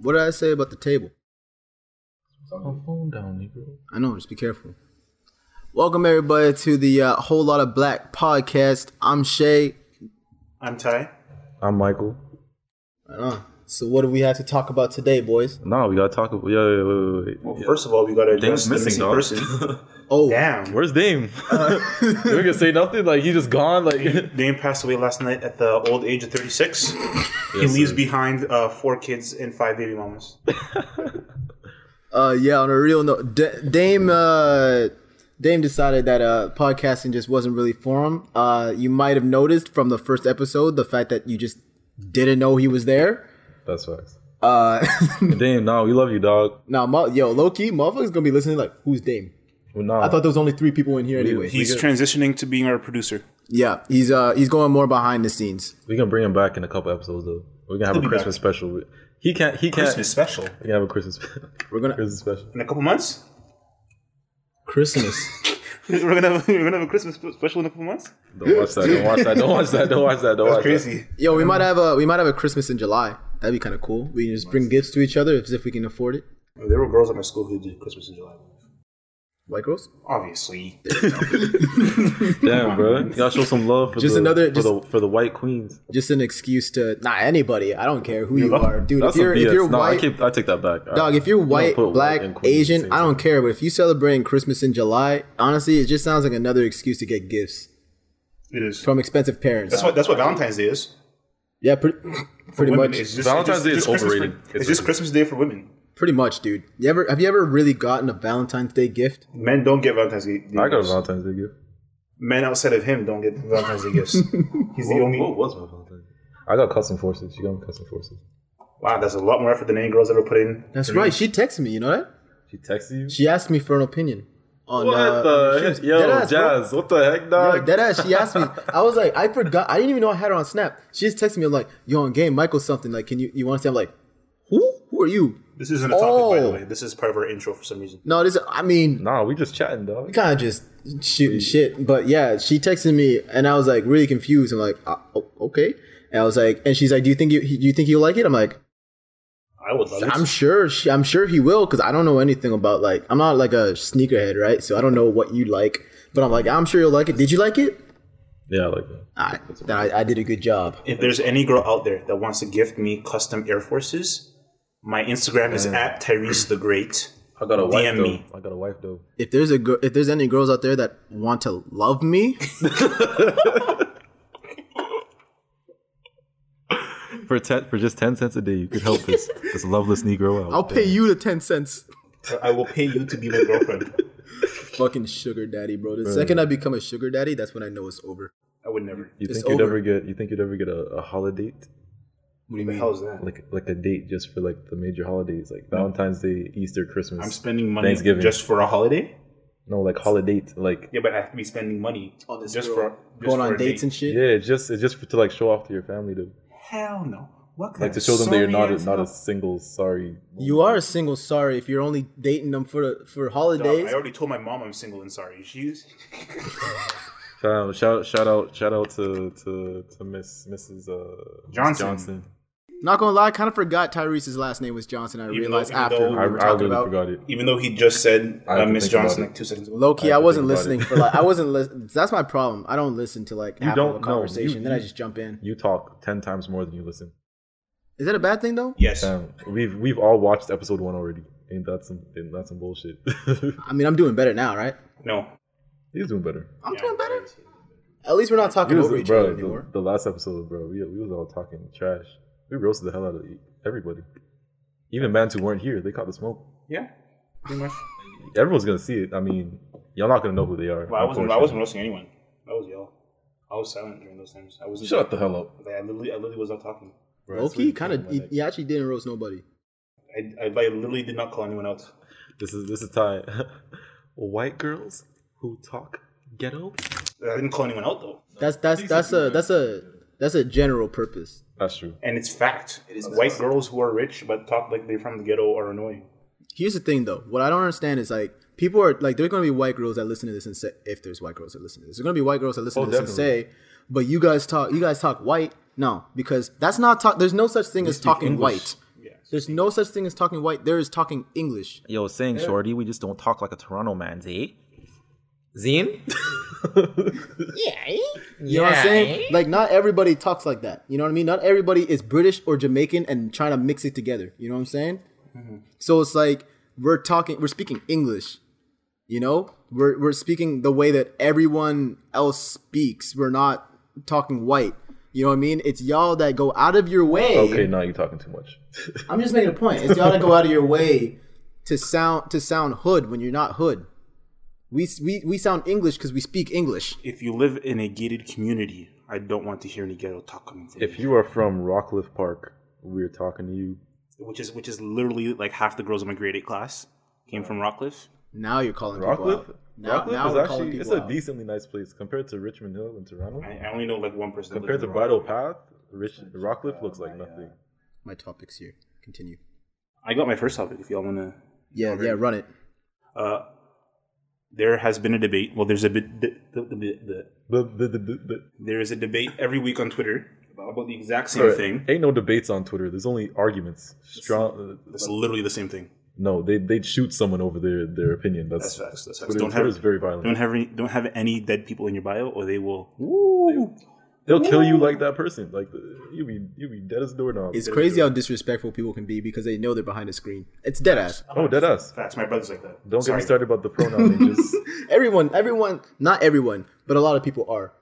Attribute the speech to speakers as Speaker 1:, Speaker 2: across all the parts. Speaker 1: What did I say about the table?
Speaker 2: My phone down, Negro.
Speaker 1: I know, just be careful. Welcome everybody to the uh, Whole Lot of Black podcast. I'm Shay.
Speaker 3: I'm Ty.
Speaker 2: I'm Michael.
Speaker 1: Right on. So what do we have to talk about today, boys?
Speaker 4: No, we gotta talk about. Yeah, yeah, wait, wait, wait.
Speaker 3: Well,
Speaker 4: Yeah.
Speaker 3: first of all, we gotta address
Speaker 4: Dame's
Speaker 3: the
Speaker 4: missing,
Speaker 3: missing
Speaker 4: dog.
Speaker 3: person.
Speaker 1: Oh,
Speaker 3: Damn.
Speaker 4: Where's Dame? you ain't gonna say nothing. Like he just gone. Like
Speaker 3: Dame passed away last night at the old age of 36. he leaves behind uh, four kids and five baby mamas.
Speaker 1: uh, yeah. On a real note, D- Dame uh, Dame decided that uh, podcasting just wasn't really for him. Uh, you might have noticed from the first episode the fact that you just didn't know he was there.
Speaker 4: that's facts.
Speaker 1: Uh,
Speaker 4: Dame, no, we love you, dog.
Speaker 1: now, mo- yo, Loki, motherfuckers gonna be listening like, who's Dame?
Speaker 4: Well, nah,
Speaker 1: I thought there was only three people in here anyway.
Speaker 3: He's transitioning to being our producer.
Speaker 1: yeah, he's uh, he's going more behind the scenes.
Speaker 4: we can bring him back in a couple episodes though. We're gonna have
Speaker 3: be
Speaker 4: a Christmas special. He can't. He can't.
Speaker 3: Christmas special.
Speaker 4: We can have a Christmas.
Speaker 1: We're gonna
Speaker 4: Christmas special.
Speaker 3: In a couple months?
Speaker 1: Christmas.
Speaker 3: We're gonna have, we're gonna have a Christmas spe- special in a couple months?
Speaker 4: Don't watch that. Don't watch that. Don't watch that. Don't watch that. Don't watch
Speaker 3: Crazy.
Speaker 1: Yo, we might have a we might have a Christmas in July. That'd be kind of cool. We can just bring gifts to each other as if we can afford it.
Speaker 3: There were girls at my school who did Christmas in July.
Speaker 1: White girls.
Speaker 3: Obviously.
Speaker 4: that. Damn, bro. You gotta show some love for
Speaker 1: Just
Speaker 4: the,
Speaker 1: another-
Speaker 4: for,
Speaker 1: just-
Speaker 4: the, for the white queens.
Speaker 1: Just an excuse to not anybody. I don't care who you
Speaker 3: You're-
Speaker 1: are, dude.
Speaker 4: That's
Speaker 1: If
Speaker 4: some
Speaker 1: you're
Speaker 4: BS.
Speaker 1: if you're
Speaker 4: no, I,
Speaker 1: white,
Speaker 4: keep, I take that back.
Speaker 1: dog, if you're white,
Speaker 4: put white
Speaker 1: black,
Speaker 4: and queens at the
Speaker 1: Asian,
Speaker 4: same
Speaker 1: I don't care. But if you celebrating Christmas in July, honestly, it just sounds like another excuse to get gifts
Speaker 3: It is.
Speaker 1: from expensive parents.
Speaker 3: That's what, that's what Valentine's Day is.
Speaker 1: yeah, pretty, pretty
Speaker 3: Women,
Speaker 1: much.
Speaker 3: it's just-
Speaker 4: Valentine's
Speaker 3: it's
Speaker 4: Day is
Speaker 3: just Christmas for-
Speaker 4: overrated.
Speaker 3: it's
Speaker 4: It's
Speaker 3: just
Speaker 4: overrated.
Speaker 3: Christmas Day for women.
Speaker 1: Pretty much, dude. You ever have you ever really gotten a Valentine's Day gift?
Speaker 3: Men don't get Valentine's Day.
Speaker 4: I got a
Speaker 3: gifts.
Speaker 4: Valentine's Day gift.
Speaker 3: Men outside of him don't get Valentine's Day gifts. He's the only.
Speaker 4: What was my Valentine's? Day? I got custom forces. She got me custom forces.
Speaker 3: Wow, that's a lot more effort than any girls ever put in.
Speaker 1: That's right. She texted me. You know that?
Speaker 4: She texted you.
Speaker 1: She asked me for an opinion. On,
Speaker 4: What
Speaker 1: uh,
Speaker 4: the
Speaker 1: shoes.
Speaker 4: heck? Yo,
Speaker 1: Deadass, bro.
Speaker 4: Jazz, what the heck,
Speaker 1: Yo,
Speaker 4: dog?
Speaker 1: dead ass, she asked me. I was like, I forgot. I didn't even know I had her on Snap. She just texted me like, "Yo, on game, Michael something. Like, can you you want to?" I'm like, "Who? Who are you?"
Speaker 3: This isn't a topic, by
Speaker 1: Oh.
Speaker 3: the way. This is part of our intro for some reason.
Speaker 1: No, this. I mean,
Speaker 4: nah, we just chatting, dog.
Speaker 1: kind of just shooting shit. But yeah, she texted me, and I was like really confused. I'm like, uh, o- okay. And I was like, and she's like, "Do you think you do you think you like it?" I'm like,
Speaker 3: I would love
Speaker 1: I'm
Speaker 3: it.
Speaker 1: sure she, I'm sure he will because I don't know anything about like I'm not like a sneakerhead, right? So I don't know what you like, but I'm like, I'm sure you'll like it. Did you like it?
Speaker 4: Yeah, I like that.
Speaker 1: I, then I, I did a good job.
Speaker 3: If there's any girl out there that wants to gift me custom Air Forces, my Instagram is at Tyrese the Great.
Speaker 4: I got a wife
Speaker 3: DM
Speaker 4: though.
Speaker 3: me.
Speaker 4: I got a wife though.
Speaker 1: If there's a girl, if there's any girls out there that want to love me,
Speaker 4: For ten, for just ten cents a day, you could help this this loveless Negro out.
Speaker 1: I'll pay you the ten cents.
Speaker 3: I will pay you to be my girlfriend.
Speaker 1: Fucking sugar daddy, bro. The second I become a sugar daddy, that's when I know it's over.
Speaker 3: I would never.
Speaker 4: You
Speaker 1: It's
Speaker 4: think you'd
Speaker 1: over.
Speaker 4: ever get? You think you'd ever get a, a holiday?
Speaker 1: What do you
Speaker 3: The
Speaker 1: mean?
Speaker 3: hell is that?
Speaker 4: Like like a date just for like the major holidays, like Valentine's Day, Easter, Christmas.
Speaker 3: I'm spending money
Speaker 4: Thanksgiving.
Speaker 3: just for a holiday?
Speaker 4: no, like holiday, like
Speaker 3: Yeah, but I have to be spending money
Speaker 1: On this
Speaker 3: just
Speaker 1: girl.
Speaker 3: for just
Speaker 1: Going
Speaker 3: for
Speaker 1: on
Speaker 3: a
Speaker 1: dates
Speaker 3: date.
Speaker 1: and shit.
Speaker 4: yeah, it's just it's just for, to like show off to your family to
Speaker 3: Hell no. What kind
Speaker 4: like to
Speaker 3: of
Speaker 4: show them that you're not a,
Speaker 3: sorry-ass
Speaker 4: not a
Speaker 3: mother-
Speaker 4: single sorry.
Speaker 1: You are a single sorry if you're only dating them for the- for holidays.
Speaker 3: Dog, I already told my mom I'm single and sorry. She's
Speaker 4: Fam, shout shout out shout out to to to Miss Mrs. Uh, Miss
Speaker 3: Johnson.
Speaker 4: Johnson.
Speaker 1: Not gonna lie, I kind of forgot Tyrese's last name was Johnson. I
Speaker 3: though-
Speaker 1: realized
Speaker 3: even
Speaker 1: after
Speaker 3: though-
Speaker 1: who we
Speaker 4: I, I
Speaker 1: were
Speaker 4: really
Speaker 1: talking about.
Speaker 4: forgot it.
Speaker 3: even though he just said
Speaker 4: I have
Speaker 3: uh,
Speaker 4: to
Speaker 3: Miss
Speaker 4: think about
Speaker 3: Johnson
Speaker 4: it.
Speaker 3: like two seconds ago.
Speaker 1: Low key, I,
Speaker 4: I had to
Speaker 1: wasn't
Speaker 4: think about
Speaker 1: listening
Speaker 4: it.
Speaker 1: for like I wasn't. Li- that's my problem. I don't listen to like half
Speaker 4: don't
Speaker 1: of a
Speaker 4: know.
Speaker 1: conversation.
Speaker 4: You-
Speaker 1: then I
Speaker 4: you-
Speaker 1: just jump in.
Speaker 4: You talk ten times more than you listen.
Speaker 1: Is that a bad thing though?
Speaker 3: Yes.
Speaker 4: Damn, we've we've all watched episode one already. Ain't that some ain't that some bullshit?
Speaker 1: I mean, I'm doing better now, right?
Speaker 3: No.
Speaker 4: He's doing better.
Speaker 1: I'm doing better. At least we're not talking
Speaker 4: He was,
Speaker 1: over each
Speaker 4: bro,
Speaker 1: other
Speaker 4: the,
Speaker 1: anymore.
Speaker 4: the last episode, bro, we, we was all talking trash. We roasted the hell out of e, everybody. Even mans who weren't here, they caught the smoke.
Speaker 3: Yeah. Pretty much.
Speaker 4: Everyone's gonna see it. I mean, y'all not gonna know who they are.
Speaker 3: Well, I wasn't. I
Speaker 4: unfortunately.
Speaker 3: wasn't roasting anyone. That was y'all. I was silent during those times. I wasn't.
Speaker 4: Shut the hell up.
Speaker 3: Like, I literally, I literally was not talking.
Speaker 4: Bro,
Speaker 1: Low
Speaker 4: I swear
Speaker 1: key,
Speaker 4: to
Speaker 1: kind
Speaker 4: God,
Speaker 1: of.
Speaker 4: my
Speaker 1: He,
Speaker 4: neck.
Speaker 1: he actually didn't roast nobody.
Speaker 3: I, I, I literally did not call anyone out.
Speaker 4: This is this is Ty. White girls who talk ghetto.
Speaker 3: I didn't call anyone out though,
Speaker 1: That's that's that's a that's a that's a general purpose.
Speaker 4: That's true.
Speaker 3: and it's fact. It is white girls who are rich but talk like they're from the ghetto are annoying.
Speaker 1: Here's the thing though. What I don't understand is like people are like there's gonna be white girls that listen to this and say if there's white girls that listen to this, there's gonna be white girls that listen
Speaker 4: Oh,
Speaker 1: to this and say, but you guys talk you guys talk white. No, because that's not talk. There's no such thing as
Speaker 4: speak
Speaker 1: talking
Speaker 4: English.
Speaker 1: white.
Speaker 3: Yes.
Speaker 1: There's no such thing as talking white. There is talking English.
Speaker 5: Yo, saying shorty, we just don't talk like a Toronto man, eh? Zine?
Speaker 1: You know what I'm saying? Like, not everybody talks like that. You know what I mean? Not everybody is British or Jamaican and trying to mix it together. You know what I'm saying? So it's like we're talking, we're speaking English. You know, we're we're speaking the way that everyone else speaks. We're not talking white. You know what I mean? It's y'all that go out of your way.
Speaker 4: Okay, now you're talking too much.
Speaker 1: I'm just making a point. It's y'all to go out of your way to sound to sound hood when you're not hood. We we we sound English because we speak English.
Speaker 3: If you live in a gated community, I don't want to hear any ghetto talk coming from
Speaker 4: If
Speaker 3: you.
Speaker 4: you are from Rockcliffe Park, we're talking to you.
Speaker 3: Which is which is literally like half the girls in my grade eight class came from Rockcliffe.
Speaker 1: Now you're calling
Speaker 4: Rockcliffe?
Speaker 1: people out. Now,
Speaker 4: Rockcliffe
Speaker 1: now
Speaker 4: is
Speaker 1: we're calling
Speaker 4: actually
Speaker 1: people
Speaker 4: it's a
Speaker 1: out.
Speaker 4: decently nice place compared to Richmond Hill in Toronto.
Speaker 3: I, I only know like one person. that
Speaker 4: Compared
Speaker 3: lives
Speaker 4: to
Speaker 3: in
Speaker 4: Bridal
Speaker 3: Rockcliffe.
Speaker 4: Path, Rich Rockcliffe looks like nothing.
Speaker 1: Oh My topics here. Continue.
Speaker 3: I got my first topic. If y'all wanna
Speaker 1: Yeah, yeah, run it.
Speaker 3: uh, there has been a debate. Well, there's a bit. The, the, the, the,
Speaker 4: But, but, but, but, but.
Speaker 3: there is a debate every week on Twitter about the exact same
Speaker 4: Alright,
Speaker 3: thing.
Speaker 4: Ain't no debates on Twitter. There's only arguments. Strong. uh,
Speaker 3: It's literally the same thing.
Speaker 4: No, they they'd shoot someone over their their opinion. That's,
Speaker 3: That's facts. That's facts.
Speaker 4: Twitter,
Speaker 3: Don't
Speaker 4: Twitter
Speaker 3: have
Speaker 4: is very violent.
Speaker 3: don't have any don't have any dead people in your bio, or they will.
Speaker 4: They'll kill you like that person. Like the- you be you be dead as a doorknob.
Speaker 1: It's crazy how disrespectful people can be because they know they're behind a screen. It's dead ass.
Speaker 4: oh, dead ass.
Speaker 3: Facts. My brother's like that.
Speaker 4: Don't
Speaker 3: Sorry.
Speaker 4: get me started about the pronoun ninjas.
Speaker 1: Everyone, everyone, not everyone, but a lot of people are.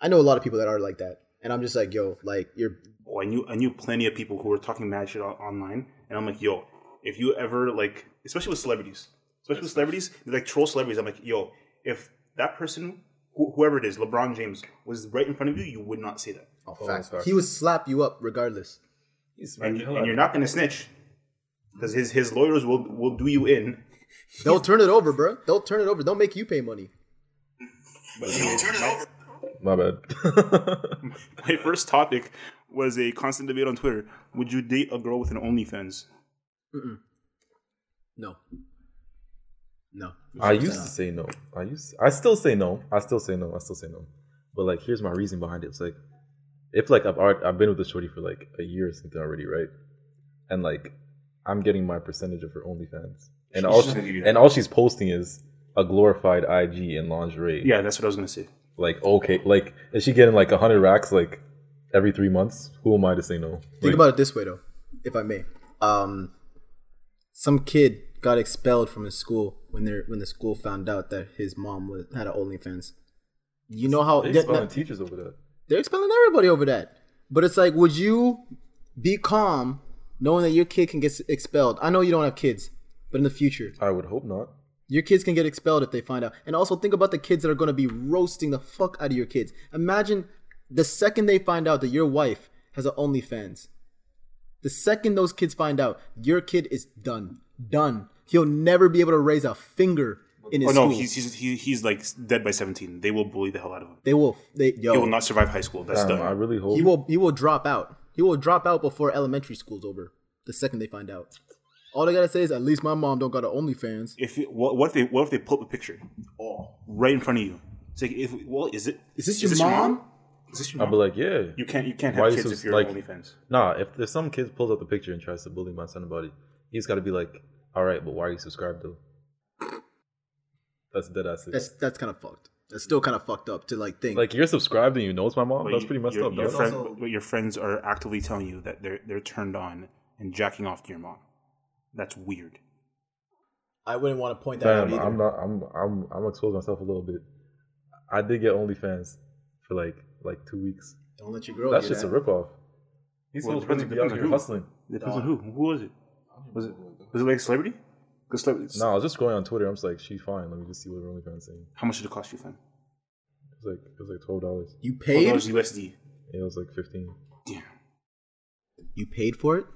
Speaker 1: I know a lot of people that are like that, and I'm just like, yo, like you're
Speaker 3: Oh, I knew I knew plenty of people who were talking mad shit on, online, and I'm like, yo, if you ever like, especially with celebrities, especially with celebrities, they, like troll celebrities. I'm like, yo, if that person, wh- whoever it is, LeBron James, was right in front of you, you would not say that,
Speaker 1: oh, facts. He would slap you up regardless.
Speaker 3: and, you, and you're not gonna snitch, because his his lawyers will will do you in.
Speaker 1: They'll turn it over, bro. They'll turn it over. They'll make you pay money.
Speaker 3: But anyways,
Speaker 4: My
Speaker 3: my,
Speaker 4: bad.
Speaker 3: my first topic was a constant debate on Twitter: Would you date a girl with an OnlyFans?
Speaker 1: No. No.
Speaker 4: I used to say no. I used. I still say no. I still say no. I still say no. But like, here's my reason behind it. It's like, if like I've already, I've been with this shorty for like a year or something already, right? And like, I'm getting my percentage of her OnlyFans, and all
Speaker 3: just
Speaker 4: she,
Speaker 3: gonna give you that.
Speaker 4: and all she's posting is a glorified IG in lingerie.
Speaker 3: Yeah, that's what I was gonna say.
Speaker 4: Like, okay, like is she getting like hundred racks like every three months? Who am I to say no?
Speaker 1: Think
Speaker 4: Like,
Speaker 1: about it this way, though, if I may. Um, some kid got expelled from his school when they when the school found out that his mom was, had an OnlyFans. You know how
Speaker 4: they
Speaker 1: yeah,
Speaker 4: expelling
Speaker 1: no,
Speaker 4: teachers over that.
Speaker 1: they're expelling everybody over that. But it's like, would you be calm knowing that your kid can get s- expelled? I know you don't have kids, but in the future,
Speaker 4: I would hope not.
Speaker 1: your kids can get expelled if they find out. And also think about the kids that are going to be roasting the fuck out of your kids. Imagine the second they find out that your wife has an OnlyFans. The second those kids find out, your kid is done. Done. He'll never be able to raise a finger in his
Speaker 3: Oh no,
Speaker 1: school.
Speaker 3: he's he's he, he's like dead by 17. They will bully the hell out of him.
Speaker 1: They will. They yo.
Speaker 3: He will not survive high school. That's
Speaker 4: Damn,
Speaker 3: done.
Speaker 4: Um, I really hope.
Speaker 1: He will he will drop out. He will drop out before elementary school's over. The second they find out. All they gotta say is at least my mom don't got an OnlyFans.
Speaker 3: if it, what, what if they what if they pull up a picture, oh, right in front of you? It's like if well, is it
Speaker 1: Is this your mom?
Speaker 3: Is this your
Speaker 4: I'd
Speaker 3: mom?
Speaker 4: be like, yeah.
Speaker 3: you can't you can't
Speaker 4: Why
Speaker 3: have
Speaker 4: is
Speaker 3: kids
Speaker 4: this
Speaker 3: if you're
Speaker 4: like-
Speaker 3: on OnlyFans.
Speaker 4: Nah, if there's some kid pulls up the picture and tries to bully my son about it, he's got to be like, "All right, but why are you subscribed though?" That's dead ass. it.
Speaker 1: That's that's kind of fucked. That's still kind of fucked up to like think.
Speaker 4: Like you're subscribed and you know it's my mom.
Speaker 3: But
Speaker 4: That's
Speaker 3: you-
Speaker 4: pretty messed
Speaker 3: your,
Speaker 4: up.
Speaker 3: Your,
Speaker 4: dog.
Speaker 3: friend, but your friends are actively telling you that they're they're turned on and jacking off to your mom. That's weird.
Speaker 1: I wouldn't want to point that
Speaker 4: Damn,
Speaker 1: out either.
Speaker 4: I'm not. I'm. I'm. I'm exposing myself a little bit. I did get OnlyFans for like like two weeks.
Speaker 1: Don't let your girl.
Speaker 4: That's
Speaker 1: do
Speaker 4: just
Speaker 1: that.
Speaker 4: a ripoff. These
Speaker 3: Well,
Speaker 4: well,
Speaker 3: depends-
Speaker 4: really be out
Speaker 3: depends on
Speaker 4: here
Speaker 3: who.
Speaker 4: hustling.
Speaker 3: It depends on who. Who was it? Was it was it like a celebrity? 'Cause celebrities-
Speaker 4: No, I was just scrolling on Twitter. I'm just like, she's fine. Let me just see what her OnlyFans saying.
Speaker 3: How much did it cost you, fam?
Speaker 4: It was like it was like twelve dollars.
Speaker 1: You
Speaker 3: Twelve
Speaker 1: paid.
Speaker 3: dollars USD.
Speaker 4: It was like fifteen.
Speaker 3: Damn.
Speaker 1: You paid for it.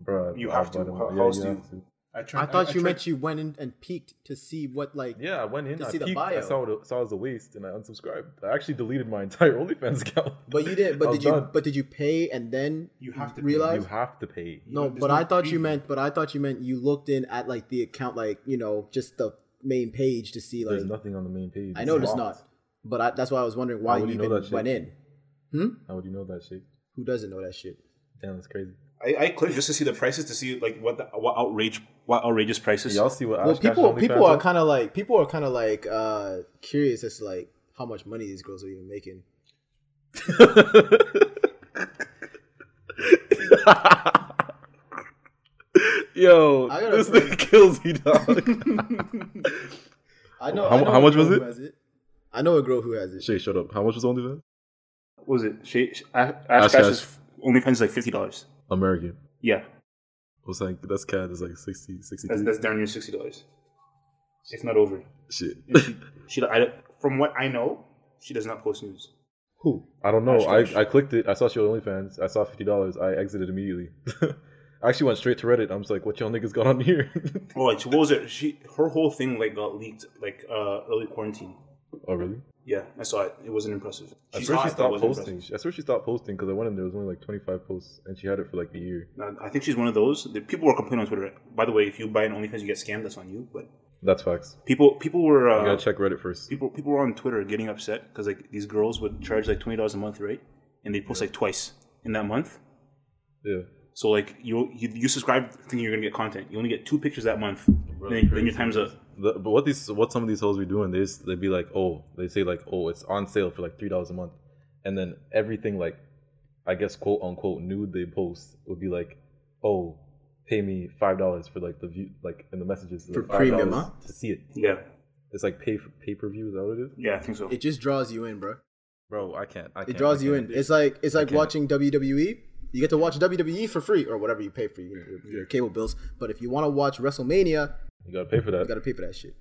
Speaker 4: Bro,
Speaker 3: You have to. How- how else do you-
Speaker 1: I thought you meant you went in and peeked to see what like.
Speaker 4: Yeah, I went in.
Speaker 1: To
Speaker 4: I
Speaker 1: see the
Speaker 4: peeked, I
Speaker 1: bio.
Speaker 4: saw it, saw it was a waste, and I unsubscribed. I actually deleted my entire OnlyFans account.
Speaker 1: But you didn't. But
Speaker 4: I was
Speaker 1: did you?
Speaker 4: done.
Speaker 1: But did you pay and then
Speaker 3: You have to pay.
Speaker 1: realize?
Speaker 4: you have to pay.
Speaker 1: no,
Speaker 3: there's
Speaker 1: but
Speaker 3: no
Speaker 1: I thought you
Speaker 3: fee.
Speaker 1: meant. But I thought you meant you looked in at like the account, like you know, just the main page to see like.
Speaker 4: There's nothing on the main page.
Speaker 1: I know it's
Speaker 4: locked.
Speaker 1: not, but I, that's why I was wondering why you
Speaker 4: would you know
Speaker 1: even
Speaker 4: that shit?
Speaker 1: went in.
Speaker 4: How would you know that shit?
Speaker 1: Who doesn't know that shit?
Speaker 4: Damn, that's crazy.
Speaker 3: I, I clicked just to see the prices to see like what the, what outrage what outrageous prices.
Speaker 4: Y'all see what?
Speaker 1: Well,
Speaker 4: Ash Cash
Speaker 1: people
Speaker 4: OnlyFans
Speaker 1: people are
Speaker 4: is?
Speaker 1: kind of like people are kind of like uh curious as to like how much money these girls are even making.
Speaker 4: Yo,
Speaker 1: I gotta
Speaker 4: this
Speaker 1: play.
Speaker 4: thing kills me, dog.
Speaker 1: I know
Speaker 4: How-
Speaker 1: I know
Speaker 4: how
Speaker 1: a
Speaker 4: much
Speaker 1: girl
Speaker 4: was
Speaker 1: who
Speaker 4: it?
Speaker 1: has I know a girl who has it.
Speaker 4: Shay, shut up. How much was OnlyFans?
Speaker 3: What was it? She, Ash, Ash,
Speaker 4: Ash
Speaker 3: Cash's
Speaker 4: Cash.
Speaker 3: OnlyFans is like fifty dollars.
Speaker 4: American.
Speaker 3: Yeah,
Speaker 4: Was like that's cat. That's like 60, 60
Speaker 3: that's, that's down near sixty dollars, if not over.
Speaker 4: shit.
Speaker 3: She, she I, from what I know, she does not post news.
Speaker 4: Who? I don't know.
Speaker 3: Ash Cash.
Speaker 4: I, I clicked it. I saw she was OnlyFans. I saw fifty dollars. I exited immediately. I actually went straight to Reddit. I was like, "What y'all niggas got on here?"
Speaker 3: Oh, like, what was it? She her whole thing like got leaked like uh early quarantine.
Speaker 4: oh, really?
Speaker 3: Yeah, I saw it. It wasn't impressive.
Speaker 4: I
Speaker 3: She's
Speaker 4: swear she
Speaker 3: hot, but it
Speaker 4: stopped
Speaker 3: wasn't
Speaker 4: posting. I swear she stopped posting because I went in there. There was only like twenty five posts, and she had it for like a year.
Speaker 3: impressive. Now, I think she's one of those. The people were complaining on Twitter. By the way, if you buy an OnlyFans, you get scammed. That's on you. But
Speaker 4: That's facts.
Speaker 3: people people were
Speaker 4: You
Speaker 3: uh,
Speaker 4: gotta check Reddit first.
Speaker 3: people people were on Twitter getting upset because like these girls would charge like twenty dollars a month, right? And they post like twice in that month.
Speaker 4: Yeah.
Speaker 3: So like you you, you subscribe thinking you're gonna get content. You only get two pictures that month.
Speaker 4: Really
Speaker 3: Then, then your
Speaker 4: crazy.
Speaker 3: time's up.
Speaker 4: The, but what these what some of these hoes be doing? They just, they be like, oh, they say like, oh, it's on sale for like three dollars a month, and then everything like, I guess quote unquote nude they post would be like, oh, pay me five dollars for like the view like in the messages
Speaker 1: For
Speaker 4: like,
Speaker 1: premium,
Speaker 4: $5
Speaker 1: huh?
Speaker 4: to see it.
Speaker 3: Yeah,
Speaker 4: It's like pay for pay per view. Is that what it is?
Speaker 3: yeah, I think so.
Speaker 1: It just draws you in, bro.
Speaker 4: Bro, I can't. I
Speaker 1: It draws you in. It's like it's like
Speaker 4: can't.
Speaker 1: watching WWE. You get to watch WWE for free or whatever you pay for your, your, your cable bills. But if you want to watch WrestleMania,
Speaker 4: you gotta pay for that.
Speaker 1: you got to pay for that shit.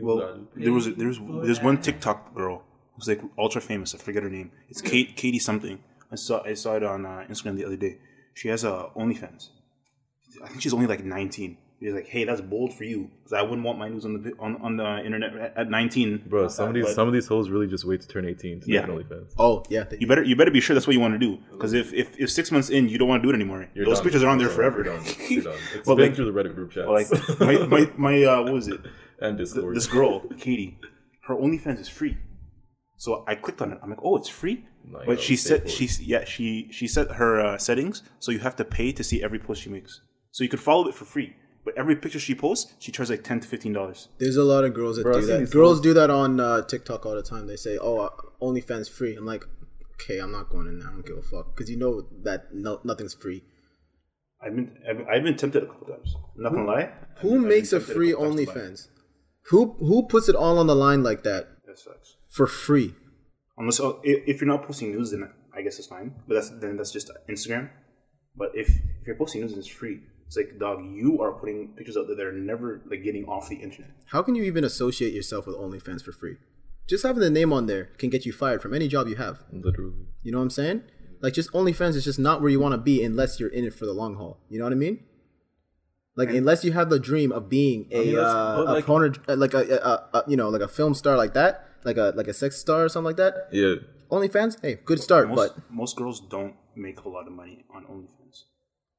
Speaker 3: Well, there was there's there's one TikTok girl who's like ultra famous. I forget her name. It's Kate Katie something. I saw I saw it on uh, Instagram the other day. She has a OnlyFans. I think she's only like 19. She's like, hey, that's bold for you because I wouldn't want my news on the on, on the internet at- at 19.
Speaker 4: Bro, some of these
Speaker 3: But-
Speaker 4: some of these hoes really just wait to turn eighteen to
Speaker 3: Yeah.
Speaker 4: make an OnlyFans.
Speaker 1: Oh yeah, they-
Speaker 3: You better you better be sure that's what you want to do because if, if if six months in you don't want to do it anymore,
Speaker 4: You're
Speaker 3: those
Speaker 4: done.
Speaker 3: pictures are on there
Speaker 4: You're done.
Speaker 3: forever.
Speaker 4: You're done. You're done. It's
Speaker 3: Well,
Speaker 4: been
Speaker 3: like-
Speaker 4: through the Reddit group chats
Speaker 3: like my my, my uh, what was it?
Speaker 4: and
Speaker 3: th-
Speaker 4: Discord.
Speaker 3: this girl, Katie, her OnlyFans is free. So I clicked on it. I'm like, oh, it's free.
Speaker 4: No, you
Speaker 3: but
Speaker 4: gotta
Speaker 3: she
Speaker 4: pay for
Speaker 3: said
Speaker 4: it.
Speaker 3: she yeah she she set her uh, settings so you have to pay to see every post she makes. So you could follow it for free. But every picture she posts, she charges like ten to fifteen dollars.
Speaker 1: there's a lot of girls that
Speaker 4: Bro, I've
Speaker 1: do
Speaker 4: seen
Speaker 1: that.
Speaker 4: these
Speaker 1: Girls do that on uh, TikTok all the time. They say, "Oh, uh, OnlyFans free." I'm like, okay, I'm not going in there. I don't give a fuck because you know that no, nothing's free.
Speaker 3: I've been I've, I've been tempted a couple times. I'm not gonna lie.
Speaker 1: Who makes a
Speaker 3: tempted a
Speaker 1: free
Speaker 3: couple times to buy it.
Speaker 1: OnlyFans? Who who puts it all on the line like that
Speaker 3: That sucks.
Speaker 1: for free?
Speaker 3: Unless oh, if, if you're not posting news, then I guess it's fine. But that's then that's just Instagram. But if if you're posting news and it's free, it's like dog, you are putting pictures out there that are never like getting off the internet.
Speaker 1: How can you even associate yourself with OnlyFans for free? Just having the name on there can get you fired from any job you have.
Speaker 4: Literally.
Speaker 1: You know what I'm saying? Like, just OnlyFans is just not where you want to be unless you're in it for the long haul. You know what I mean? Like, unless you have the dream of being a
Speaker 4: I mean, that's-
Speaker 1: uh,
Speaker 4: but
Speaker 1: a
Speaker 4: like-
Speaker 1: porn, uh, like a, a, a you know like a film star like that, like a like a sex star or something like that.
Speaker 4: Yeah.
Speaker 1: OnlyFans, hey, good start,
Speaker 3: most,
Speaker 1: but
Speaker 3: most girls don't make a lot of money on OnlyFans.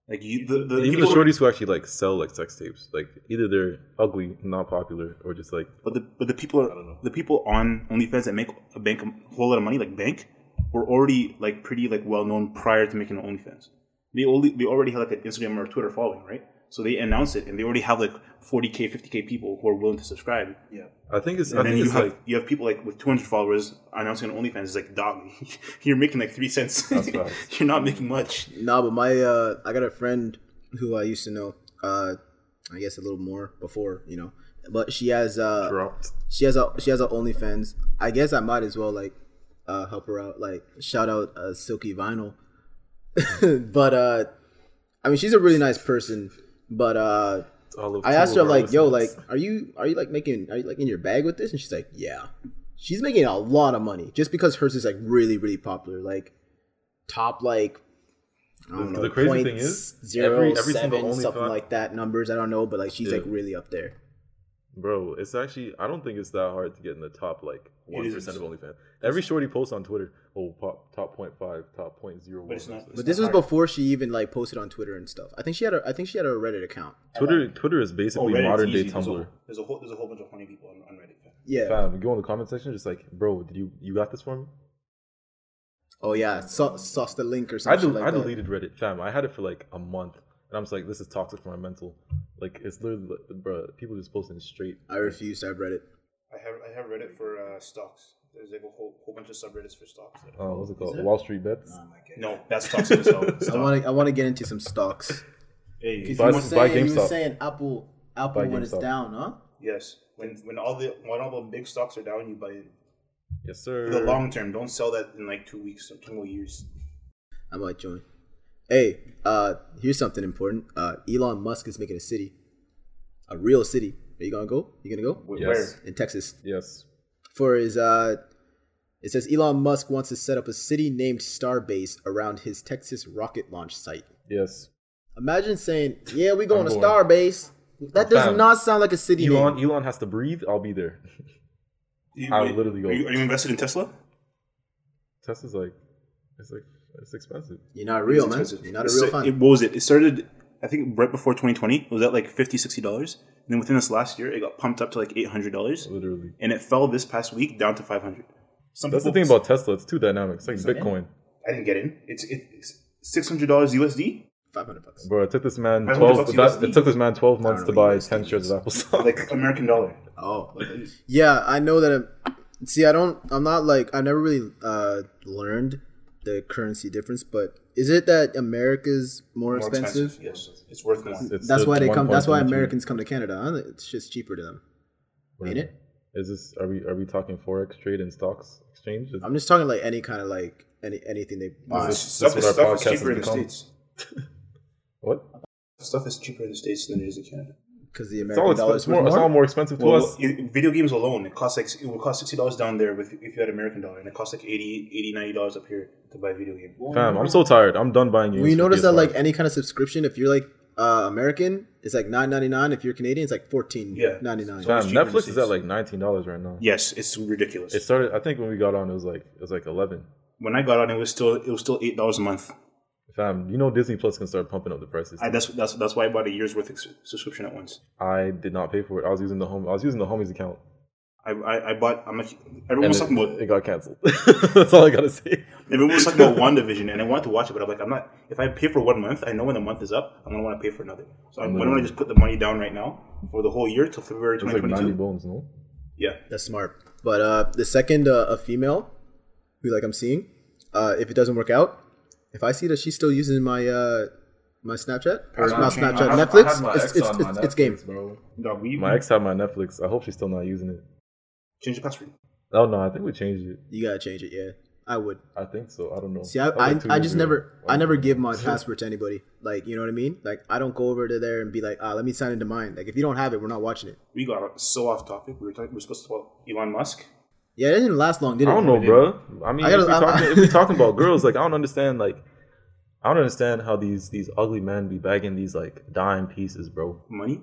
Speaker 3: Like you, the, the
Speaker 4: Even the
Speaker 3: people-
Speaker 4: shorties who actually like sell like sex tapes, like either they're ugly, not popular, or just like
Speaker 3: but the but the people
Speaker 4: I don't know.
Speaker 3: are, the people on OnlyFans that make a bank a whole lot of money, like Bank, were already like pretty like well known prior to making OnlyFans. They only they already had like an Instagram or Twitter following, right? So they announce it, and they already have like 40k, 50k people who are willing to subscribe. Yeah,
Speaker 4: I think it's I
Speaker 3: and then
Speaker 4: think
Speaker 3: you
Speaker 4: it's
Speaker 3: have
Speaker 4: like
Speaker 3: you have people like with 200 followers announcing on OnlyFans. It's like, dog, you're making like three cents.
Speaker 4: That's facts.
Speaker 3: you're not making much.
Speaker 1: nah. But my uh, I got a friend who I used to know, uh, I guess a little more before, you know, but she has uh,
Speaker 4: dropped.
Speaker 1: she has a she has a OnlyFans. I guess I might as well like uh, help her out. Like shout out uh, Silky Vinyl. but uh, I mean, she's a really nice person. But uh,
Speaker 4: All of
Speaker 1: I
Speaker 4: two
Speaker 1: asked her
Speaker 4: of our
Speaker 1: like, "Yo, like,
Speaker 4: listeners.
Speaker 1: are you are you like making are you like in your bag with this?" And she's like, "Yeah." She's making a lot of money just because hers is like really really popular. Like top like. I don't
Speaker 4: The-
Speaker 1: know,
Speaker 4: the crazy thing is,
Speaker 1: zero
Speaker 4: every- every single
Speaker 1: seven, something
Speaker 4: OnlyFan-
Speaker 1: like that numbers. I don't know, but like she's
Speaker 4: Yeah.
Speaker 1: like really up there.
Speaker 4: bro, it's actually I don't think it's that hard to get in the top like one percent
Speaker 3: isn't.
Speaker 4: of OnlyFans. Every shorty posts on Twitter, oh pop, top 0.5, top point zero one.
Speaker 3: But it's not-
Speaker 1: But this was
Speaker 3: hard.
Speaker 1: before she even like posted on Twitter and stuff. I think she had a I think she had a Reddit account.
Speaker 4: Twitter Twitter is
Speaker 3: Oh,
Speaker 4: basically
Speaker 3: Reddit's
Speaker 4: modern day
Speaker 3: easy. There's a-
Speaker 4: Tumblr.
Speaker 3: There's a, whole there's a whole bunch of funny people on, on Reddit.
Speaker 1: Yeah.
Speaker 4: Fam, you go in the comment section, just like, bro, did you you got this for me?
Speaker 1: Oh yeah, Sau- sauce the link or
Speaker 4: I,
Speaker 1: something
Speaker 4: del-
Speaker 1: like
Speaker 4: I
Speaker 1: that.
Speaker 4: deleted Reddit, fam. I had it for like a month, and I'm just like, this is toxic for my mental. Like, it's literally, like, bro, people just posting straight.
Speaker 1: I refuse to have Reddit.
Speaker 3: I have I have Reddit for uh, stocks. There's like a whole, whole bunch of subreddits for stocks. that I
Speaker 4: Uh,
Speaker 3: follow.
Speaker 4: what's it called? Wall Street bets.
Speaker 3: No, that's toxic as hell.
Speaker 1: I
Speaker 3: Stop.
Speaker 1: want to. I want to get into some stocks.
Speaker 3: Hey,
Speaker 1: You
Speaker 4: Buy-
Speaker 1: were
Speaker 4: buy
Speaker 1: saying, you were
Speaker 4: GameStop.
Speaker 1: saying Apple, Apple
Speaker 4: Buy
Speaker 1: when it's
Speaker 4: GameStop.
Speaker 1: down, huh?
Speaker 3: yes. When when all the when all the big stocks are down, you buy in
Speaker 4: Yes,
Speaker 3: for
Speaker 4: sir.
Speaker 3: the long term. Don't sell that in like two weeks or two more years.
Speaker 1: I might join. Hey, uh, here's something important. Uh, Elon Musk is making a city, a real city. Are you gonna go? You gonna go
Speaker 3: Wh-
Speaker 4: Yes.
Speaker 3: Where?
Speaker 1: in Texas
Speaker 4: Yes.
Speaker 1: for his? Uh, it says Elon Musk wants to set up a city named Starbase around his Texas rocket launch site.
Speaker 4: Yes.
Speaker 1: Imagine saying, "Yeah, we going
Speaker 4: I'm
Speaker 1: to
Speaker 4: going.
Speaker 1: Starbase." That does
Speaker 4: Fam.
Speaker 1: not sound like a city
Speaker 4: Elon,
Speaker 1: name.
Speaker 4: Elon has to breathe. I'll be there.
Speaker 3: You-
Speaker 4: I would
Speaker 3: wait,
Speaker 4: literally go.
Speaker 3: Are you, are you invested in Tesla?
Speaker 4: Tesla's like, it's like, it's expensive.
Speaker 1: You're not real,
Speaker 3: It's
Speaker 1: man.
Speaker 3: expensive.
Speaker 1: You're not a
Speaker 3: It's-
Speaker 1: real fan.
Speaker 3: It, what was it? It started, I think, right before 2020. It was at like 50 dollars, and then within this last year, it got pumped up to like 800 dollars,
Speaker 4: Literally.
Speaker 3: and it fell this past week down to 500. Some
Speaker 4: That's the
Speaker 3: people-
Speaker 4: thing about Tesla. It's too dynamic. It's like Bitcoin.
Speaker 3: I didn't get in. It's it's 600 dollars USD.
Speaker 1: Five hundred bucks.
Speaker 4: Bro, it took this man
Speaker 3: That's
Speaker 4: twelve.
Speaker 3: what the
Speaker 4: That,
Speaker 3: USD.
Speaker 4: it took this man twelve
Speaker 1: don't
Speaker 4: months
Speaker 1: know
Speaker 4: to
Speaker 1: what
Speaker 4: buy
Speaker 1: USD
Speaker 4: ten shares of Apple stock.
Speaker 3: like American dollar.
Speaker 1: Oh, yeah, I know that. I'm, see, I don't. I'm not like I never really uh, learned the currency difference, but is it that America's more,
Speaker 3: More
Speaker 1: expensive?
Speaker 3: expensive. Yes, it's worth more.
Speaker 4: It's
Speaker 1: That's
Speaker 4: the
Speaker 1: why they come. That's why
Speaker 4: 1.22.
Speaker 1: Americans come to Canada. Huh? It's just cheaper to them. Ain't it?
Speaker 4: Is this? Are we? Are we talking forex trade and stocks exchange? Is-
Speaker 1: I'm just talking like any kind of like any anything they buy.
Speaker 4: This is-
Speaker 3: stuff
Speaker 4: this
Speaker 3: is,
Speaker 4: is what our
Speaker 3: stuff
Speaker 4: podcast
Speaker 3: is cheaper in
Speaker 4: has
Speaker 3: the
Speaker 4: become.
Speaker 3: states.
Speaker 4: what?
Speaker 3: Stuff is cheaper in the states than it is in Canada.
Speaker 1: because the
Speaker 4: It's all,
Speaker 1: American
Speaker 4: it's,
Speaker 1: dollar is
Speaker 4: more,
Speaker 1: worth
Speaker 4: it's
Speaker 1: more.
Speaker 4: all more expensive to
Speaker 3: Well,
Speaker 4: us.
Speaker 3: i video games alone, it costs like it would cost sixty dollars down there with, if you had American dollar, and it costs like 80 80 90 dollars up here to buy a video game.
Speaker 4: Fam, I'm so tired. I'm done buying games.
Speaker 1: Well, you
Speaker 4: for
Speaker 1: notice that
Speaker 4: PS5.
Speaker 1: like any kind of subscription, if you're like uh, American, it's like nine ninety nine. If you're Canadian, it's like fourteen
Speaker 3: Yeah.
Speaker 1: ninety nine.
Speaker 4: fam,
Speaker 3: it's cheaper in the
Speaker 4: Netflix is
Speaker 3: States.
Speaker 4: at like nineteen dollars right now.
Speaker 3: Yes, it's ridiculous.
Speaker 4: It started. I think when we got on, it was like it was like eleven.
Speaker 3: when I got on, it was still it was still eight dollars a month.
Speaker 4: Fam, you know Disney Plus can start pumping up the prices.
Speaker 3: I, that's that's that's why I bought a year's worth of s- subscription at once.
Speaker 4: I did not pay for it. I was using the home. I was using the homie's account.
Speaker 3: I I, I bought. I'm like
Speaker 4: and
Speaker 3: everyone was
Speaker 4: it,
Speaker 3: talking about
Speaker 4: it got canceled. That's all I gotta say.
Speaker 3: everyone was talking about WandaVision, and I wanted to watch it, but I'm like I'm not. If I pay for one month, I know when the month is up, I'm gonna want to pay for another. So I'm, why don't I just put the money down right now for the whole year till February
Speaker 4: It's like ninety
Speaker 3: 2022?
Speaker 4: bones, no?
Speaker 3: yeah,
Speaker 1: That's smart. But uh, the second uh, a female, who like I'm seeing, uh, if it doesn't work out, if I see that she's still using my uh, my Snapchat or not Snapchat, Netflix, it's, it's, it's, it's game.
Speaker 4: bro.
Speaker 3: dog. We
Speaker 4: My ex had my Netflix. I hope she's still not using it.
Speaker 3: change the password.
Speaker 4: Oh no, I think we changed it.
Speaker 1: You gotta change it. Yeah, I would.
Speaker 4: I think so. I don't know.
Speaker 1: See, I
Speaker 4: That was
Speaker 1: I,
Speaker 4: like two
Speaker 1: I
Speaker 4: years
Speaker 1: just
Speaker 4: ago.
Speaker 1: never
Speaker 4: Why
Speaker 1: I
Speaker 4: would
Speaker 1: never
Speaker 4: you-
Speaker 1: give my password to anybody. Like you know what I mean? Like I don't go over to there and be like, ah, let me sign into mine. Like if you don't have it, we're not watching it.
Speaker 3: We got so off topic. We were talking. We were supposed to talk Elon Musk.
Speaker 1: Yeah, it didn't last long, did it?
Speaker 4: I don't know, bro. I mean,
Speaker 1: I gotta-
Speaker 4: if, we're
Speaker 1: I'm-
Speaker 4: talking, if we're talking about girls, like I don't understand, like I don't understand how these these ugly men be bagging these like dime pieces, bro.
Speaker 3: Money,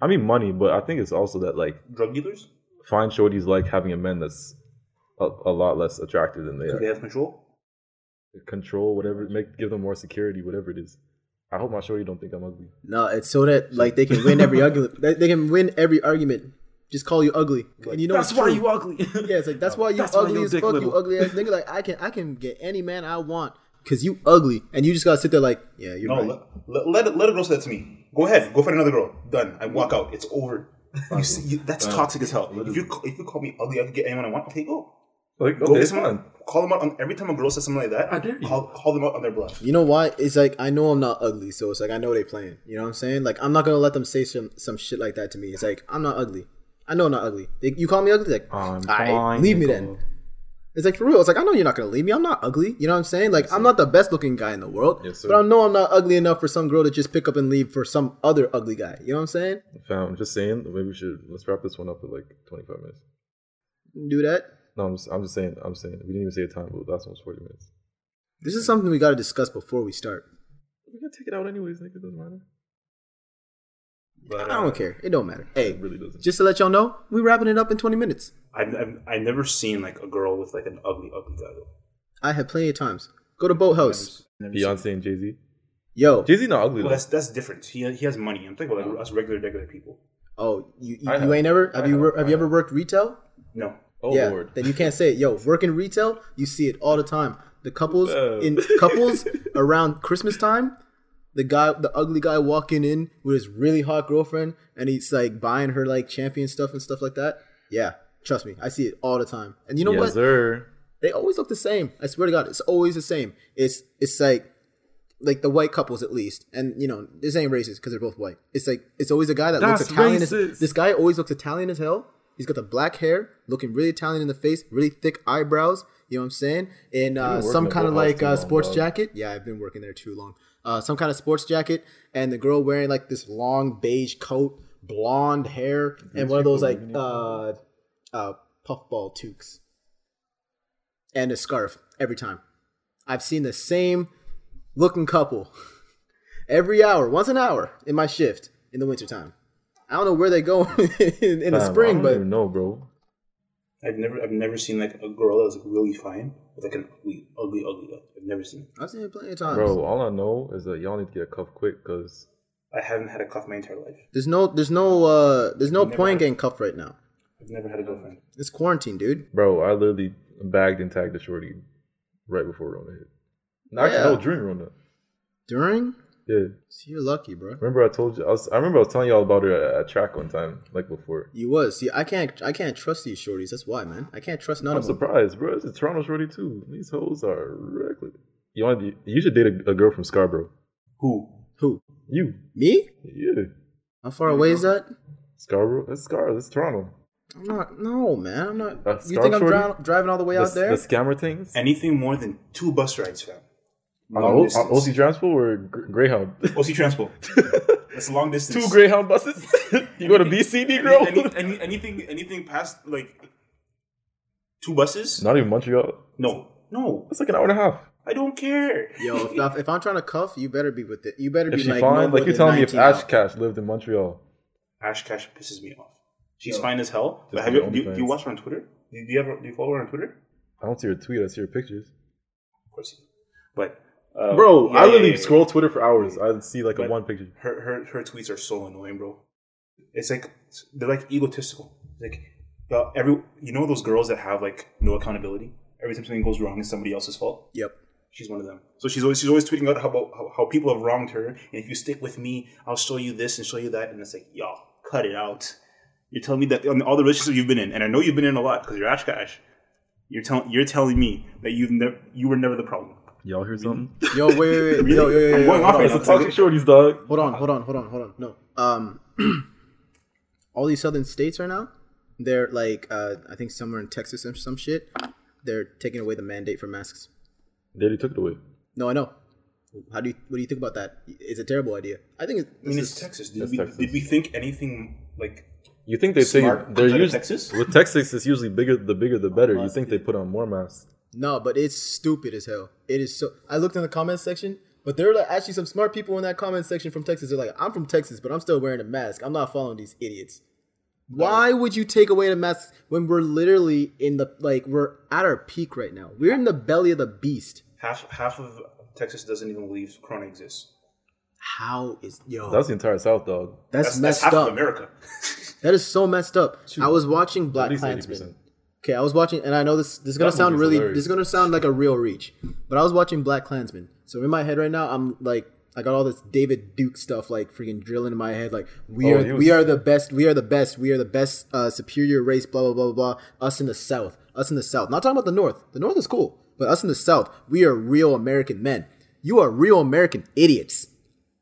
Speaker 4: I mean, money, but I think it's also that like
Speaker 3: drug dealers.
Speaker 4: fine shorties like having a man that's a, a lot less attractive than they
Speaker 3: Do
Speaker 4: are.
Speaker 3: They have control.
Speaker 4: Control whatever, make give them more security, whatever it is. I hope my shorty don't think I'm ugly.
Speaker 1: No, it's so that like they can win every argument. They, they can win every argument. Just call you ugly, and you know it's true.
Speaker 5: ugly.
Speaker 1: Yeah, it's like that's why you
Speaker 5: That's why
Speaker 1: ugly
Speaker 5: your
Speaker 1: as
Speaker 5: dick
Speaker 1: fuck, you
Speaker 5: little.
Speaker 1: ugly ass nigga. Like I can I can get any man I want because you ugly, and you just gotta sit there like, yeah, you're
Speaker 3: No,
Speaker 1: right.
Speaker 3: let, let, let, a- let a girl say that to me. Go ahead, go find another girl. Done. I walk out. It's over. You see, you, that's toxic as hell. If you ca- if you call me ugly, I can get anyone I want. Okay, go.
Speaker 4: Like,
Speaker 3: Go
Speaker 4: okay,
Speaker 3: get
Speaker 4: it's
Speaker 3: someone.
Speaker 4: fine.
Speaker 3: Call them out on every time a girl says something like that. I dare you. Call, call them out on their bluff.
Speaker 1: You know why? It's like I know I'm not ugly, so it's like I know they playing. You know what I'm saying? Like I'm not gonna let them say some some shit like that to me. It's like I'm not ugly. I know I'm not ugly. They, you call me ugly, like
Speaker 4: I'm
Speaker 1: "Aight,
Speaker 4: fine,
Speaker 1: leave me
Speaker 4: Nicole."
Speaker 1: then. It's like for real. It's like I know you're not gonna leave me. I'm not ugly. You know what I'm saying? Like I'm not the best looking guy in the world,
Speaker 4: Yes, sir.
Speaker 1: but I know I'm not ugly enough for some girl to just pick up and leave for some other ugly guy. You know what I'm saying?
Speaker 4: Fam, I'm just saying. Maybe we should let's wrap this one up in like 25 minutes.
Speaker 1: Do that.
Speaker 4: No, I'm just, I'm just saying. I'm saying. We didn't even say a time, but the last one was 40 minutes.
Speaker 1: This is something we gotta discuss before we start.
Speaker 4: We can take it out anyways. Like it doesn't matter.
Speaker 1: I don't care. It don't matter. Hey,
Speaker 4: It really doesn't.
Speaker 1: just to let y'all know, we wrapping it up in 20 minutes.
Speaker 3: I've, I've, I've never seen like a girl with like an ugly ugly guy. Though.
Speaker 1: I have plenty of times. Go to Boathouse.
Speaker 4: Beyonce and Jay Z.
Speaker 1: Yo.
Speaker 4: Jay Z not ugly
Speaker 3: Well,
Speaker 4: though.
Speaker 3: that's that's different. He, he has money. I'm talking about like us regular regular people.
Speaker 1: Oh, you, you,
Speaker 4: I
Speaker 1: you
Speaker 4: have.
Speaker 1: ain't ever? Have
Speaker 4: I
Speaker 1: you
Speaker 4: have.
Speaker 1: wor- have
Speaker 4: I
Speaker 1: you ever
Speaker 4: have.
Speaker 1: worked retail?
Speaker 3: No,
Speaker 4: Oh
Speaker 1: yeah.
Speaker 4: lord.
Speaker 1: Then you can't say it. Yo, working retail, you see it all the time. the couples
Speaker 4: Oh.
Speaker 1: in couples around Christmas time. The guy, the ugly guy, walking in with his really hot girlfriend, and he's like buying her like champion stuff and stuff like that. Yeah, trust me, I see it all the time. And you know
Speaker 4: yes,
Speaker 1: what?
Speaker 4: sir.
Speaker 1: They always look the same. I swear to God, it's always the same. It's it's like like the white couples at least, and you know this ain't racist because they're both white. It's like it's always a guy that
Speaker 4: That's
Speaker 1: looks Italian. As,
Speaker 4: racist.
Speaker 1: this guy always looks Italian as hell. He's got the black hair, looking really Italian in the face, really thick eyebrows. You know what I'm saying? And uh,
Speaker 4: working
Speaker 1: some
Speaker 4: at
Speaker 1: kind of
Speaker 4: Warehouse
Speaker 1: like
Speaker 4: too
Speaker 1: uh,
Speaker 4: long,
Speaker 1: sports
Speaker 4: dog.
Speaker 1: jacket. Yeah, I've been working there too long. Uh, some kind of sports jacket, and the girl wearing like this long beige coat, blonde hair, and one of those like uh, uh, puffball toques and a scarf every time. I've seen the same looking couple every hour, once an hour in my shift in the wintertime. I don't know where they go in, in the
Speaker 4: Fam, I
Speaker 1: spring,
Speaker 4: don't
Speaker 1: but
Speaker 4: even know, bro.
Speaker 3: I've never, I've never seen like a girl that was like really fine with like an ugly, ugly, ugly. guy. I've never seen.
Speaker 1: I've seen it plenty of times.
Speaker 4: Bro, all I know is that y'all need to get a cuff quick because
Speaker 3: It. I haven't had a cuff my entire life.
Speaker 1: There's no, there's no, uh, there's no
Speaker 3: Never
Speaker 1: point in
Speaker 3: had-
Speaker 1: getting cuffed right now.
Speaker 3: I've never had a girlfriend.
Speaker 1: It's quarantine, dude.
Speaker 4: Bro, I literally bagged and tagged a shorty right before Rona hit. No, actually,
Speaker 1: Yeah.
Speaker 4: no, during Rona.
Speaker 1: During,
Speaker 4: Yeah.
Speaker 1: so you're lucky, bro.
Speaker 4: Remember I told you, I, was, I remember I was telling y'all about her at, at track one time, like before.
Speaker 1: You was. See, I can't, I can't trust these shorties. That's why, man. I can't trust none
Speaker 4: I'm
Speaker 1: of them.
Speaker 4: surprised, bro. It's a Toronto shorty too. These hoes are reckless. You want you, you should date a, a girl from Scarborough.
Speaker 3: Who?
Speaker 1: Who?
Speaker 4: You,
Speaker 1: Me?
Speaker 4: yeah,
Speaker 1: How far away is that?
Speaker 4: Scarborough. That's Scar. That's Toronto.
Speaker 1: I'm not. No, man. I'm not.
Speaker 4: Uh,
Speaker 1: you think I'm
Speaker 4: Scarborough?
Speaker 1: dri- driving all the way
Speaker 4: the,
Speaker 1: out there?
Speaker 4: the scammer things.
Speaker 3: Anything more than two bus rides, fam.
Speaker 4: On
Speaker 3: Long
Speaker 4: O- on
Speaker 3: distance.
Speaker 4: OC Transport or Gr- Greyhound?
Speaker 3: OC Transport. That's long distance.
Speaker 4: Two Greyhound buses. you go to BC, Negro?
Speaker 3: Any, any, anything, anything past like two buses?
Speaker 4: Not even Montreal.
Speaker 3: No, no.
Speaker 4: That's like an hour and a half.
Speaker 3: I don't care.
Speaker 1: Yo, if, I, if I'm trying to cuff, you better be with it. You better
Speaker 4: If
Speaker 1: be
Speaker 4: she
Speaker 1: like,
Speaker 4: fine,
Speaker 1: no
Speaker 4: like
Speaker 1: more
Speaker 4: you're
Speaker 1: than
Speaker 4: telling me, if
Speaker 1: 19 out.
Speaker 4: Ash Cash lived in Montreal,
Speaker 3: Ash Cash pisses me off. She's
Speaker 1: Yo.
Speaker 3: fine as hell. But
Speaker 4: Just
Speaker 3: have
Speaker 4: my
Speaker 3: you,
Speaker 4: own
Speaker 3: do, you, do you
Speaker 4: fans.
Speaker 3: watch her on Twitter? Do you, do you ever do you follow her on Twitter?
Speaker 4: I don't see her tweet. I see her pictures.
Speaker 3: Of course you. do. But uh,
Speaker 4: Bro,
Speaker 3: yeah,
Speaker 4: I
Speaker 3: yeah,
Speaker 4: literally
Speaker 3: yeah, yeah.
Speaker 4: scroll Twitter for hours. I see like
Speaker 3: But-
Speaker 4: a one picture.
Speaker 3: Her her her tweets are so annoying, bro. It's like they're like egotistical. It's like uh, every you know those girls that have like no accountability. Every time something goes wrong, it's somebody else's fault.
Speaker 1: Yep.
Speaker 3: She's one of them. So she's always she's always tweeting out how, about- how how people have wronged her, and if you stick with me, I'll show you this and show you that. And it's like, y'all, cut it out. You're telling me that on all the relationships you've been in, and I know you've been in a lot because you're Ash Cash. You're telling you're telling me that you've never you were never the problem.
Speaker 4: Y'all hear something?
Speaker 1: Yo, wait, wait, wait.
Speaker 3: Really?
Speaker 1: Yo, yo, yo, yo,
Speaker 3: I'm going
Speaker 1: yo,
Speaker 3: off
Speaker 1: hold
Speaker 3: right
Speaker 1: on.
Speaker 3: now.
Speaker 4: Talking shorties, dog.
Speaker 1: Hold on, hold on, hold on, hold on. No. Um, all these southern states right now, they're like, uh, I think somewhere in Texas or some shit, they're taking away the mandate for masks.
Speaker 4: They already took it away.
Speaker 1: No, I know. How do you? What do you think about that? It's a terrible idea. I think it's.
Speaker 3: I mean, it's Texas. Did
Speaker 4: That's
Speaker 3: we,
Speaker 4: Texas.
Speaker 3: did we think anything like
Speaker 4: You think they say they're
Speaker 3: Smart comes out of
Speaker 4: usually
Speaker 3: Texas?
Speaker 4: with Texas is usually bigger. The bigger, the better. You think they put on more masks?
Speaker 1: No, but it's stupid as hell. It is so. I looked in the comment section, but there are like actually some smart people in that comment section from Texas. They're like, I'm from Texas, but I'm still wearing a mask. I'm not following these idiots. Why would you take away the mask when we're literally in the like we're at our peak right now? We're in the belly of the beast.
Speaker 3: half half of Texas doesn't even believe Corona exists?
Speaker 1: How is yo?
Speaker 4: That's
Speaker 1: That's,
Speaker 4: the entire South, dog.
Speaker 3: That's, that's
Speaker 1: messed
Speaker 3: half
Speaker 1: up.
Speaker 3: of America.
Speaker 1: That is so messed up. I was watching
Speaker 4: At
Speaker 1: Black
Speaker 4: least eighty
Speaker 1: Klansman.
Speaker 4: percent.
Speaker 1: Okay, I was watching, and I know this this is gonna
Speaker 4: That
Speaker 1: sound
Speaker 4: movie's
Speaker 1: really
Speaker 4: hilarious.
Speaker 1: this is gonna sound like a real reach, but I was watching Black Klansman. So in my head right now, I'm like, I got all this David Duke stuff like freaking drilling in my head, like we
Speaker 4: Oh,
Speaker 1: are
Speaker 4: he
Speaker 1: we
Speaker 4: was-
Speaker 1: are the best, we are the best, we are the best uh, superior race, blah blah blah blah blah. Us in the South, us in the South. Not talking about the North. The North is cool, but us in the South, we are real American men. You are real American idiots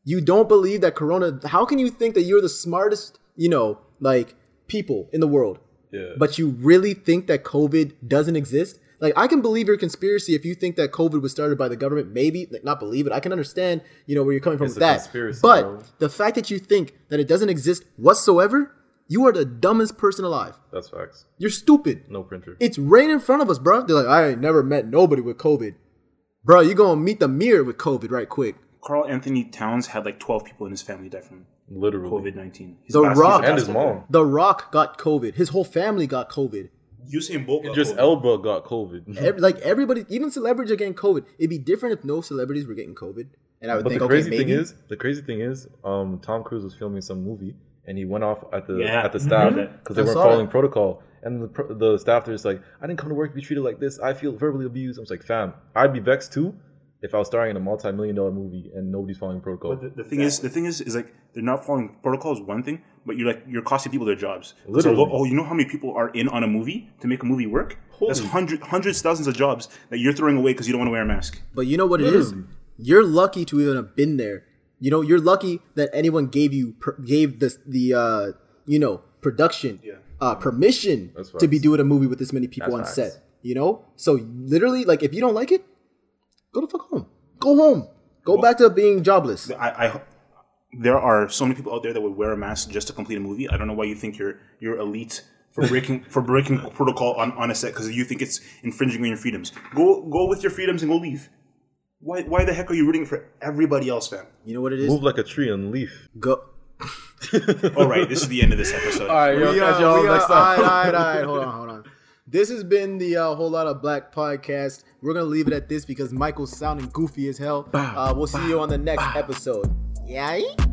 Speaker 1: you don't believe that corona how can you think that you're the smartest you know like people in the world
Speaker 4: Yeah.
Speaker 1: but you really think that covid doesn't exist like i can believe your conspiracy if you think that covid was started by the government maybe like not believe it i can understand you know where you're coming from
Speaker 4: It's
Speaker 1: with
Speaker 4: a
Speaker 1: that
Speaker 4: conspiracy,
Speaker 1: but
Speaker 4: bro.
Speaker 1: the fact that you think that it doesn't exist whatsoever you are the dumbest person alive
Speaker 4: That's facts.
Speaker 1: you're stupid
Speaker 4: No printer.
Speaker 1: it's right in front of us, bro. They're like, I ain't never met nobody with COVID. Bro, you gonna meet the mirror with COVID right quick.
Speaker 3: Carl Anthony Towns had like twelve people in his family die from
Speaker 4: Literally.
Speaker 3: COVID nineteen.
Speaker 1: The Rock.
Speaker 4: And his mom.
Speaker 1: The Rock got COVID. His whole family got COVID.
Speaker 3: Usain Bolt. got
Speaker 4: Just
Speaker 3: COVID.
Speaker 4: Elba got COVID.
Speaker 1: Ev- like everybody, even celebrities are getting COVID. It'd be different if no celebrities were getting COVID. And I would
Speaker 4: But
Speaker 1: think,
Speaker 4: the crazy
Speaker 1: okay,
Speaker 4: thing
Speaker 1: maybe.
Speaker 4: is, the crazy thing is, um, Tom Cruise was filming some movie and he went off at the
Speaker 3: Yeah,
Speaker 4: at the
Speaker 3: I
Speaker 4: staff
Speaker 3: heard that.
Speaker 4: because they
Speaker 1: I
Speaker 4: weren't
Speaker 1: saw
Speaker 4: following
Speaker 1: that.
Speaker 4: protocol. And the, pro- the staff there's like, I didn't come to work to be treated like this. I feel verbally abused. I was like, fam, I'd be vexed too if I was starring in a multi-million dollar movie and nobody's following protocol.
Speaker 2: But the,
Speaker 3: The thing is, the thing is, is like they're not following protocol is one thing, but you're like you're costing people their jobs.
Speaker 4: Literally.
Speaker 3: So, lo- oh, you know how many people are in on a movie to make a movie work? That's
Speaker 4: Holy-
Speaker 3: hundred, hundreds, thousands of jobs that you're throwing away because you don't want to wear a mask.
Speaker 1: But you know what it is?
Speaker 4: Literally.
Speaker 1: You're lucky to even have been there. You know, you're lucky that anyone gave you per, gave this the uh, you know production uh, permission
Speaker 4: That's
Speaker 1: to be
Speaker 4: facts.
Speaker 1: doing a movie with this many people
Speaker 4: That's
Speaker 1: on
Speaker 4: facts.
Speaker 1: set. You know, so literally, like if you don't like it, go the fuck home. Go home. Go back to being jobless.
Speaker 3: I, I there are so many people out there that would wear a mask just to complete a movie. I don't know why you think you're you're elite for breaking for breaking protocol on, on a set because you think it's infringing on your freedoms. Go go with your freedoms and go leave. Why why the heck are you rooting for everybody else, fam?
Speaker 1: You know what it is?
Speaker 4: Move like a tree and leaf.
Speaker 1: Go.
Speaker 3: All right, this is the end of this episode.
Speaker 4: right,
Speaker 1: We are- we are- All right, all right, all right. Hold on, hold on. This has been the uh, Whole Lot of Black podcast. We're going to leave it at this because Michael's sounding goofy as hell. Uh, we'll see you on the next episode. Yikes.